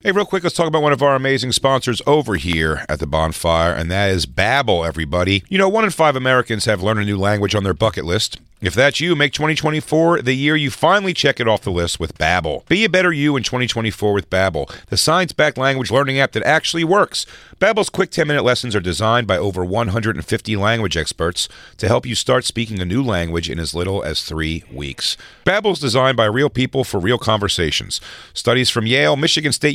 Hey, real quick, let's talk about one of our amazing sponsors over here at the bonfire, and that is Babbel, everybody. You know, one in five Americans have learned a new language on their bucket list. If that's you, make 2024 the year you finally check it off the list with Babbel. Be a better you in 2024 with Babbel, the science-backed language learning app that actually works. Babbel's quick 10-minute lessons are designed by over 150 language experts to help you start speaking a new language in as little as 3 weeks. Babbel's designed by real people for real conversations. Studies from Yale, Michigan State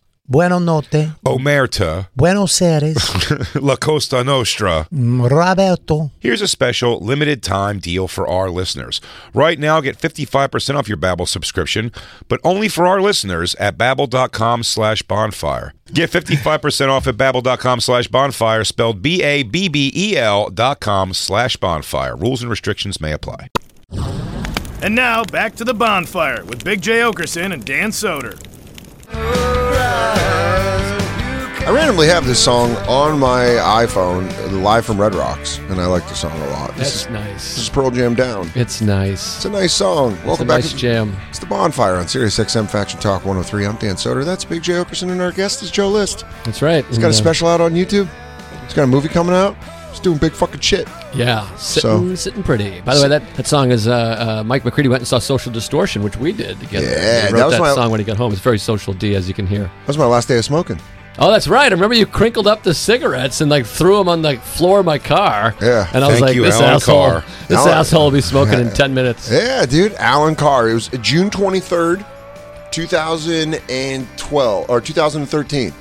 Buono notte. Omerta, Buenos Aires. Mm, La Costa Nostra. Roberto. Here's a special limited time deal for our listeners. Right now, get 55% off your Babbel subscription, but only for our listeners at babbel.com slash bonfire. Get 55% off at babbel.com slash bonfire, spelled B-A-B-B-E-L E dot com slash bonfire. Rules and restrictions may apply. And now, back to the bonfire with Big J. Okerson and Dan Soder. I randomly have this song on my iPhone, live from Red Rocks, and I like the song a lot. This That's is, this is nice. Pearl Jam Down. It's nice. It's a nice song. Welcome back. nice to- jam. It's the bonfire on Sirius XM Faction Talk 103. I'm Dan Soder. That's Big J Okerson, and our guest is Joe List. That's right. uh, He's got a special out on YouTube. He's got a movie coming out. He's doing big fucking shit. Yeah, sitting, sitting pretty. By the way, that, that song is uh, uh, Mike McCready wrote and saw Social Distortion, which we did together. Yeah, that he wrote was that my- song when he got home. It's very Social D, as you can hear. That was my last day of smoking. Oh, that's right. I remember you crinkled up the cigarettes and like threw them on the floor of my car. Yeah. and I was Thank like, you, this Alan asshole, Carr. this Alan- asshole will be smoking in ten minutes. Yeah, dude. Alan Carr. It was June 23rd, 2012 or 2013.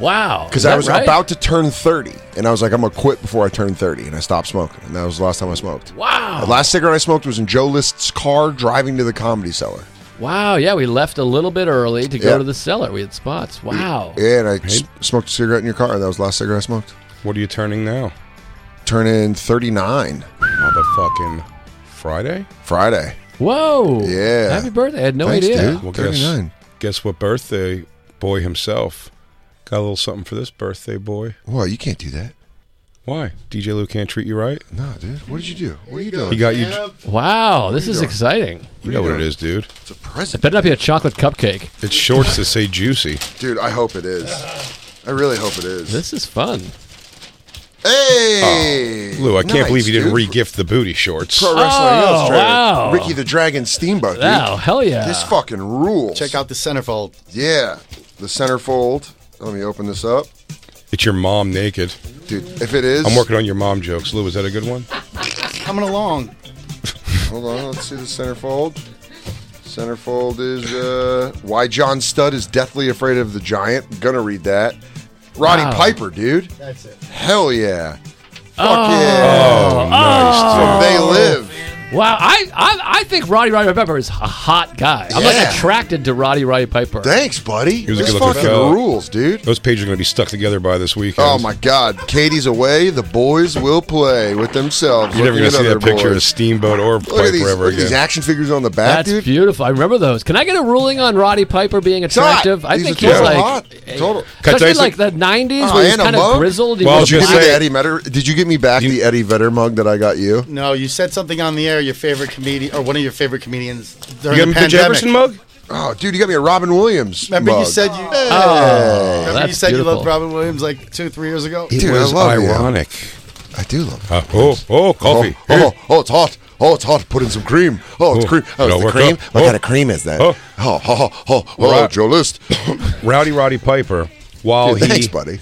Wow, Because Is I that was right? about to turn 30, and I was like, I'm going to quit before I turn 30, and I stopped smoking. And that was the last time I smoked. The Wow, last cigarette I smoked was in Joe List's car driving to the comedy cellar. wow, yeah. We left a little bit early to go Yeah. to the cellar. We had spots. Wow, Yeah, and I s- smoked a cigarette in your car, and that was the last cigarette I smoked. What are you turning now? Turning 39 Motherfucking Friday? Friday. whoa, Yeah. Happy birthday! I had no Thanks, idea. dude. Well, 39. guess, guess what birthday boy himself got a little something for this birthday boy. Well, you can't do that. Why? DJ Lou can't treat you right? No, dude. What did you do? What are you doing? He got you. Wow, this is exciting. You know what it is, dude. It's a It present. better not be a chocolate cupcake. It's shorts that say juicy. Dude, I hope it is. I really hope it is. This is fun. Hey! Oh, Lou, I can't Nice, believe you didn't dude. re-gift the booty shorts. Pro Wrestling Oh, Illustrated. wow. Ricky the Dragon Steamboat, dude. Wow, hell yeah. This fucking rules. Check out the centerfold. Yeah, the centerfold. Let me open this up, It's your mom naked. dude. If it is, I'm working on your mom jokes. Lou, is that a good one? Coming along. Hold on, let's see the centerfold. Centerfold is uh, why John Studd is deathly afraid of the giant. gonna read that. Roddy Wow. Piper, dude. That's it. Hell yeah. Fuck yeah. Oh, nice. They live. Wow, I, I I think Roddy Roddy Piper is a hot guy. I'm Yeah. like attracted to Roddy Roddy Piper. Thanks, buddy. He was a this good-looking fucking fella. rules, dude. Those pages are going to be stuck together by this weekend. Oh my God! Katie's away. The boys will play with themselves. You're never going to Looking see at that other picture of boys. Steamboat or Look at Piper these, ever look at these again. action figures on the back, That's dude. beautiful. I remember those. Can I get a ruling on Roddy Piper being It's hot. attractive? I These think are he's total like hot. Total. Cut especially Dyson- like the '90s Oh, where he's and a kind mug? of grizzled. He Well, was Did you just give me say- the Eddie Vedder? Did you give me back the Eddie Vedder mug that I got you? No, you said something on the air. Your favorite comedian or one of your favorite comedians You got during the him the pandemic. Jefferson mug? Oh, dude, you got me a Robin Williams. Remember you mug. said you. Oh, remember you that's said you beautiful. loved Robin Williams like two, three years ago. Dude, it was I love you. ironic. I do love. Uh, Uh, oh, oh, coffee. Oh, oh, oh, it's hot. Oh, it's hot. Put in some cream. Oh, it's Oh, cream. Oh, it'll it's the work cream. up. What Oh. kind of cream is that? Oh. Oh, oh, oh, oh, oh, Right. Joe List. Rowdy Roddy Piper, while he Thanks, buddy.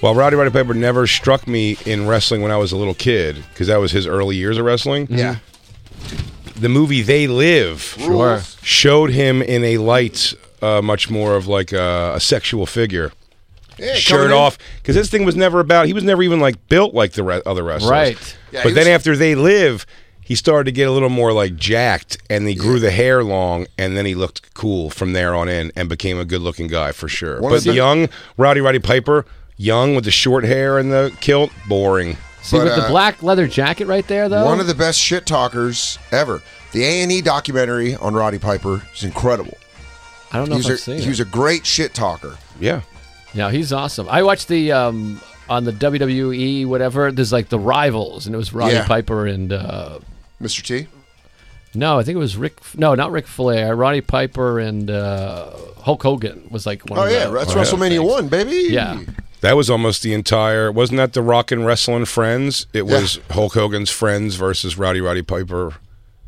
Well, Rowdy Roddy Piper never struck me in wrestling when I was a little kid because that was his early years of wrestling. Yeah. Mm-hmm. The movie They Live Sure. showed him in a light, uh, much more of like a, a sexual figure. Yeah, coming Shirt in. off because this thing was never about. He was never even like built like the re- other wrestlers. Right. Yeah, but he then was- after They Live, he started to get a little more like jacked, and he grew the hair long, and then he looked cool from there on in, and became a good-looking guy for sure. One of but the- the young Rowdy Roddy Piper, young with the short hair and the kilt, boring. See, But, with uh, the black leather jacket right there, though. One of the best shit talkers ever. The A and E documentary on Roddy Piper is incredible. I don't know He if I've was, a, seen he was it. a great shit talker. Yeah. No, he's awesome. I watched the um, on the WWE whatever. There's like the rivals, and it was Roddy Yeah. Piper and uh, Mr. T. no, I think it was Rick. No, not Rick Flair. Roddy Piper and uh, Hulk Hogan was like one. Oh of yeah, the, that's one of the WrestleMania things. one, baby. Yeah. That was almost the entire. Wasn't that the Rock and Wrestling Friends? It was Hulk Hogan's friends versus Rowdy Roddy Piper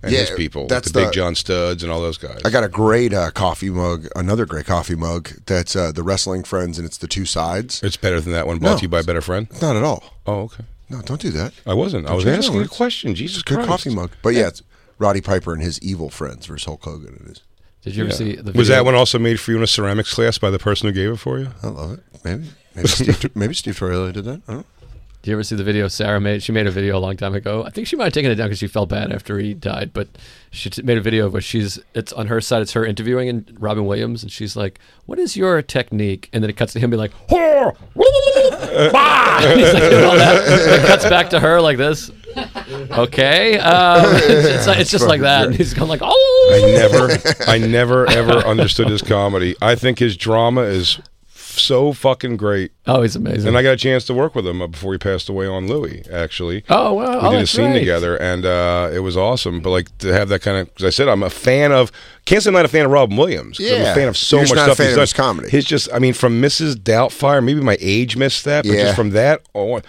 and Yeah, his people. that's with the, the- Big John Studs and all those guys. I got a great uh, coffee mug, another great coffee mug. That's uh, the Wrestling Friends, and it's the two sides. it's better than that one brought No. to you by a better friend. Not at all. Oh, okay. No, don't do that. I wasn't. I was you know asking a it's- question. Jesus Good Christ. coffee mug. But yeah, it's Roddy Piper and his evil friends versus Hulk Hogan. It is. Did you ever see the? Video? Was that one also made for you in a ceramics class by the person who gave it for you? I love it. Maybe maybe Steve, maybe Steve Torelli did that. I don't know. Did you ever see the video Sarah made? She made a video a long time ago. I think she might have taken it down because she felt bad after he died. But she t- made a video of where she's. It's on her side. It's her interviewing and Robin Williams, and she's like, "What is your technique?" And then it cuts to him being like, "Whore, bah!" And he's like, doing all that. And It cuts back to her like this. Okay, um, it's, it's, it's just like that. And he's going like, I "Oh." never, I never ever understood his comedy. I think his drama is so fucking great. Oh, he's amazing. And I got a chance to work with him uh, before he passed away on Louis, actually. Oh, wow. We Oh, did a that's scene right. together, and uh, it was awesome. But, like, to have that kind of, because I said I'm a fan of, can't say I'm not a fan of Robin Williams. 'cause I'm Yeah. a fan of so You're much just not a stuff fan he's of done. his comedy. His just, I mean, from Mrs. Doubtfire, maybe my age missed that, but Yeah. just from that on.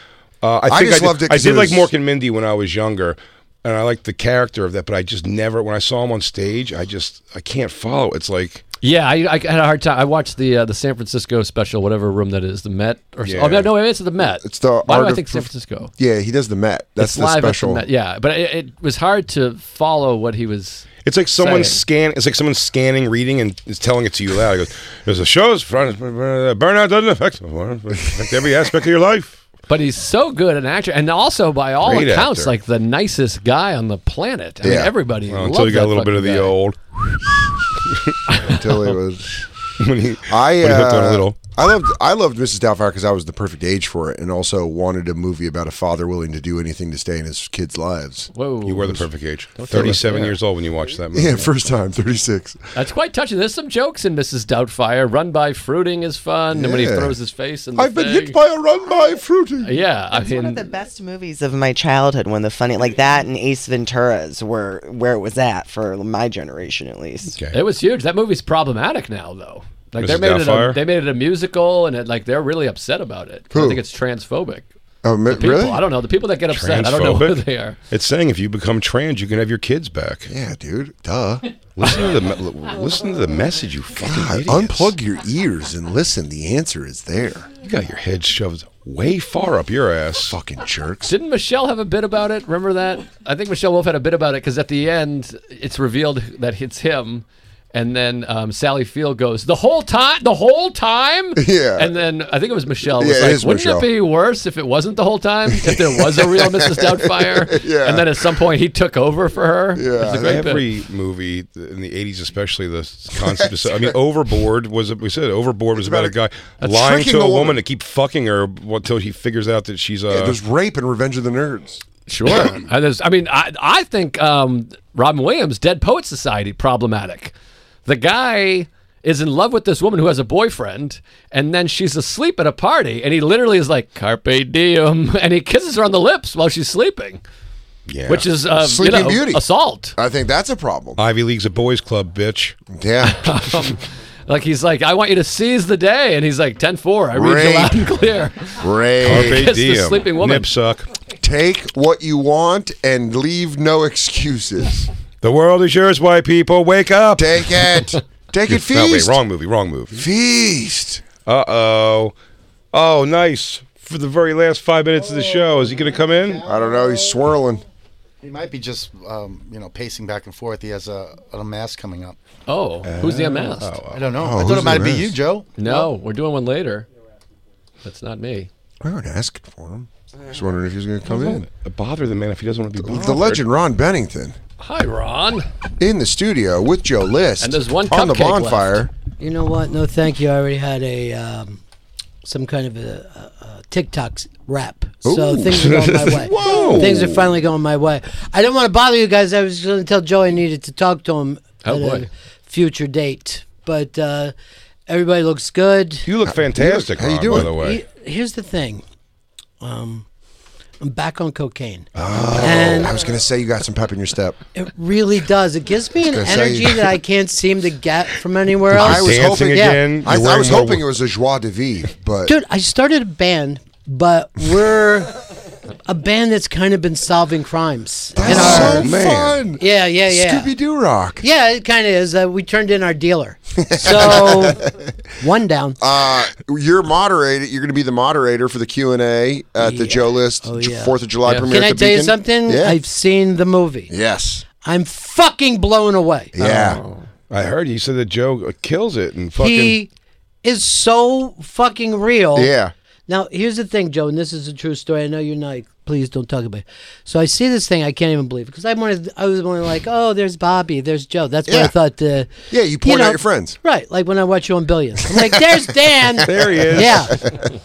Uh, I, think just did- loved it I 'cause did it like was- Mork and Mindy when I was younger, and I liked the character of that, but I just never, when I saw him on stage, I just, I can't follow. It's like, Yeah, I, I had a hard time. I watched the uh, the San Francisco special, whatever room that is, the Met or Yeah. oh no, no, it's the Met. It's the Why art do I of think San perf- Francisco? Yeah, he does the Met. That's it's the live at special. Met. Yeah, but it, it was hard to follow what he was. It's like someone Saying. scan. It's like someone scanning, reading, and is telling it to you loud. It goes, "There's a show's front. uh, Burnout doesn't affect, affect every aspect of your life." But he's so good an actor, and also by all Great accounts, actor. like the nicest guy on the planet. I mean, Yeah. everybody Well, loved until you got that a little bit of fucking the guy. old. Until it was. When he, I when he hooked on a uh, little. I loved I loved Mrs. Doubtfire because I was the perfect age for it, and also wanted a movie about a father willing to do anything to stay in his kids' lives. Whoa, You were the perfect age. Thirty-seven years old when you watched that movie. Yeah, first time, thirty six. That's quite touching. There's some jokes in Mrs. Doubtfire. Run by fruiting is fun, and when he Yeah. throws his face in the I've been thing. hit by a run by fruity. yeah, I It's one mean, of the best movies of my childhood. When the funny like that and Ace Ventura's were where it was at for my generation at least. Okay. It was huge. That movie's problematic now, though. Like they Mrs. made it, a, Doubtfire? they made it a musical, and it, like they're really upset about it. I think it's transphobic. Oh, ma- People, really? I don't know the people that get upset. I don't know who Transphobic? they are. It's saying if you become trans, you can have your kids back. Yeah, dude. Duh. Listen to the me- listen to the message. You fucking God, idiots. unplug your ears and listen. The answer is there. You got your head shoved way far up your ass. Fucking jerks. Didn't Michelle have a bit about it? Remember that? I think Michelle Wolf had a bit about it because at the end, it's revealed that it's him. And then um, Sally Field goes the whole time, the whole time. Yeah. And then I think it was Michelle. Was Yeah, it like, is Wouldn't Michelle. it be worse if it wasn't the whole time? If there was a real Mrs. Doubtfire. Yeah. And then at some point he took over for her. Yeah, It's a great bit. Uh, every movie th- in the 80s especially the concept of i mean overboard was we said overboard was about, about a guy lying tricking to a a woman. woman. to keep fucking her until he figures out that she's uh, Yeah, there's rape and Revenge of the Nerds. Sure. I, there's- I mean, I, I think um, Robin Williams, Dead Poet Society, problematic. The guy is in love with this woman who has a boyfriend, and then she's asleep at a party, and he literally is like, Carpe diem, and he kisses her on the lips while she's sleeping, yeah. which is, uh, you Sleeping know, Beauty. assault. I think that's a problem. ivy league's a boys club bitch Yeah. Like, he's like, I want you to seize the day, and he's like, 10 4, I read you loud and clear. rape. Carpe Kiss the diem. sleeping woman. nip suck Take what you want and leave no excuses. The world is yours, white people. Wake up. Take it. Take it. No, wait, Feast. wrong movie, wrong movie. Feast. Uh oh. Oh, nice. For the very last five minutes of Oh. the show. Is he going to come in? I don't know. He's swirling. He might be just, um, you know, pacing back and forth. He has a, a mass coming up. Oh, who's the unmasked? I don't know. Uh, Oh, who's I thought the it might be masked? you, Joe. No, we're doing one later. That's not me. I don't ask for him. Just wondering if he's going to come in. Bother the man if he doesn't want to be bothered. The legend Ron Bennington Hi, Ron. in the studio with Joe List And there's one on the cupcake left. bonfire. You know what? No, thank you. I already had a um, some kind of a, a, a TikTok rap, so Ooh. things are going my way. Whoa. Things are finally going my way. I didn't want to bother you guys. I was going to tell Joe I needed to talk to him Oh, at boy. a future date, but uh, everybody looks good. You look fantastic, How you Ron, doing? by the way. He- here's the thing. Um, I'm back on cocaine, and I was going to say you got some pep in your step. it really does. It gives me an Gonna say- energy that I can't seem to get from anywhere You're else. I was dancing hoping- yeah. again. I, You're I was wearing hoping it a- was a joie de vivre, but dude i started a band but we're a band that's kind of been solving crimes in that's our- so man. fun. yeah yeah yeah Scooby Doo Rock. yeah it kind of is uh, we turned in our dealer so one down Uh, you're moderating. You're going to be the moderator for the Q and A at the Joe List Oh, J- yeah. Fourth of July Yeah. premiere. can at i the tell you Beacon. something Yeah. i've seen the movie yes. i'm fucking blown away Yeah. I heard you said that Joe kills it and fucking. he is so fucking real Yeah. Now, here's the thing, Joe, and this is a true story. I know you're not. Please don't talk about it. So I see this thing. I can't even believe it because I wanted. I was only like, oh, there's Bobby, there's Joe. That's what Yeah. I thought. Uh, Yeah, you point out your friends. Right, like when I watch you on Billions. I'm like, there's Dan. There he is. Yeah.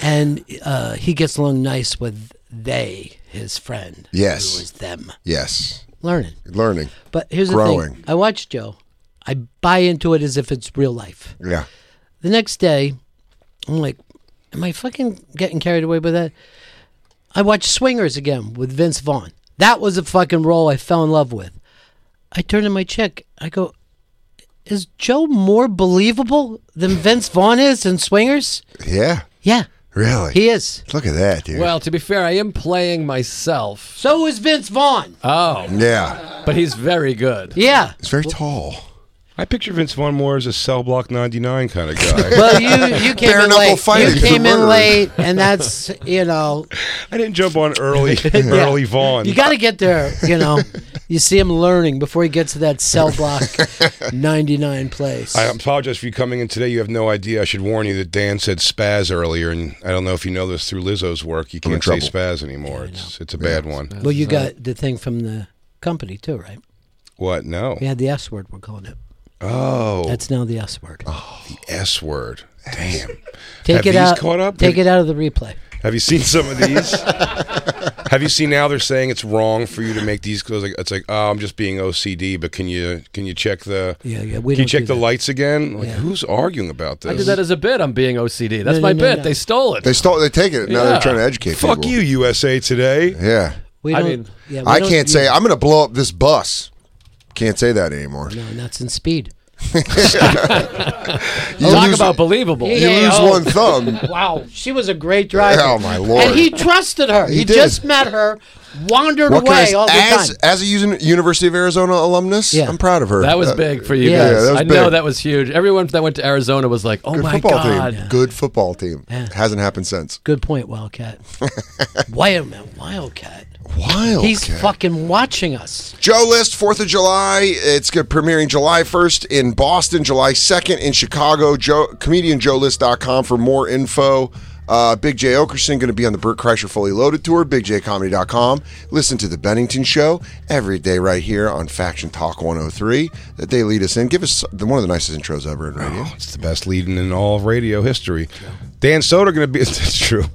and uh, he gets along nice with they, his friend. Yes. Who is them. Yes. Learning. Learning. But here's the Growing. thing. I watch Joe. I buy into it as if it's real life. Yeah. The next day, I'm like, am I fucking getting carried away by that? I watched Swingers again with Vince Vaughn. That was a fucking role I fell in love with. I turn to my chick. I go, is Joe more believable than Vince Vaughn is in Swingers? Yeah. Yeah, Really. he is. Look at that, dude. Well, to be fair, I am playing myself. So is Vince Vaughn. Uh, Oh, yeah. but he's very good. Yeah. He's very tall. I picture Vince Von Moore as a cell block 99 kind of guy. Well, you you came Bare in knuckle late. fighting You for came in murder. late, and that's you know I didn't jump on early, early Vaughn. You got to get there, you know. you see him learning before he gets to that cell block 99 place. I apologize for you coming in today. You have no idea. I should warn you that Dan said spaz earlier, and I don't know if you know this through Lizzo's work. You can't say trouble. spaz anymore. It's it's a bad one. well, you got the thing from the company too, right? What? No. We had the S word we're calling it. Oh, That's now the S word. Ah. S word. Damn. Take Have it these out. caught up? Take it out of the replay. Have you seen some of these? have you seen now they're saying it's wrong for you to make these clothes? Like, it's like, oh, I'm just being OCD, but can you can you check the Yeah, yeah, we can you don't check do the that. lights again? Like, Yeah. who's arguing about this? I did that as a bit. I'm being OCD. That's No, my no, no, bit. no. They stole it. They stole. They take it. Now Yeah. they're trying to educate Fuck people. you, USA Today. Yeah. We I don't, mean, yeah, we I don't can't use- say I'm going to blow up this bus. Can't say that anymore. No, and that's in speed. You Talk lose, about believable. Yeah. you lose Oh. one thumb. Wow, she was a great driver. Oh, my Lord. And he trusted her. He He, did. just met her, wandered What can I away s- all the as time. as a uni- University of Arizona alumnus, Yeah. I'm proud of her. That was Uh, big for you Yeah. Yeah, guys. that was I know big. that was huge. Everyone that went to Arizona was like, "Oh Good my football god!" team. Good football team. Yeah. Hasn't happened since. Good point, Wildcat. Wait a minute, Wildcat. Wild. He's fucking watching us. Joe List, 4th of July. It's good- premiering July 1st in Boston, July 2nd in Chicago. Joe, ComedianJoeList.com for more info. Uh, Big J Okerson going to be on the Burt Kreischer Fully Loaded Tour, BigJComedy.com. Listen to The Bennington Show every day right here on Faction Talk 103 that they lead us in. Give us the, one of the nicest intros ever in radio. It's the best leading in all of radio history. Dan Soder going to be. That's true.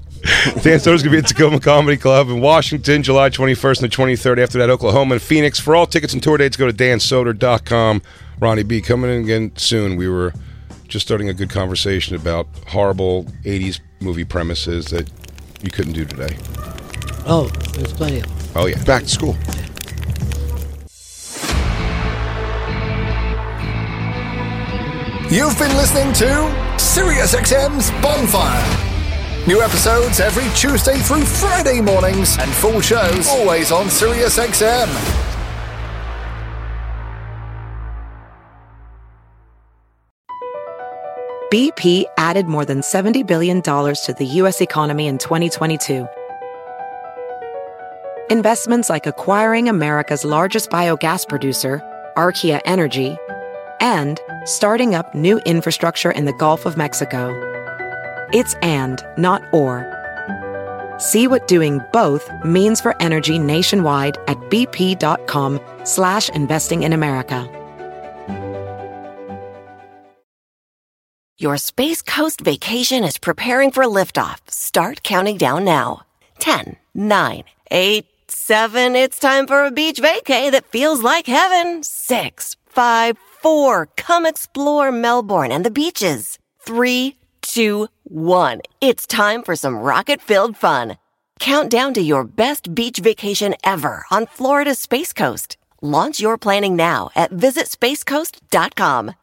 Dan Soder's going to be at Tacoma Comedy Club in Washington, July 21st and the 23rd. After that, Oklahoma and Phoenix. For all tickets and tour dates, go to dansoder.com. Ronnie B. coming in again soon. We were just starting a good conversation about horrible 80s movie premises that you couldn't do today. Oh, there's plenty of them. Oh, yeah. Back to school. You've been listening to SiriusXM's Bonfire. New episodes every Tuesday through Friday mornings, and full shows always on SiriusXM. BP added more than $70 billion to the U.S. economy in 2022. Investments like acquiring America's largest biogas producer, Archaea Energy, and starting up new infrastructure in the Gulf of Mexico. It's and, not or. See what doing both means for energy nationwide at bp.com slash investing in America. Your Space Coast vacation is preparing for liftoff. Start counting down now. 10, 9, 8, 7. It's time for a beach vacay that feels like heaven. 6, 5, 4. Come explore Melbourne and the beaches. 3, 2, 1. It's time for some rocket filled fun. Count down to your best beach vacation ever on Florida's Space Coast. Launch your planning now at visitspacecoast.com.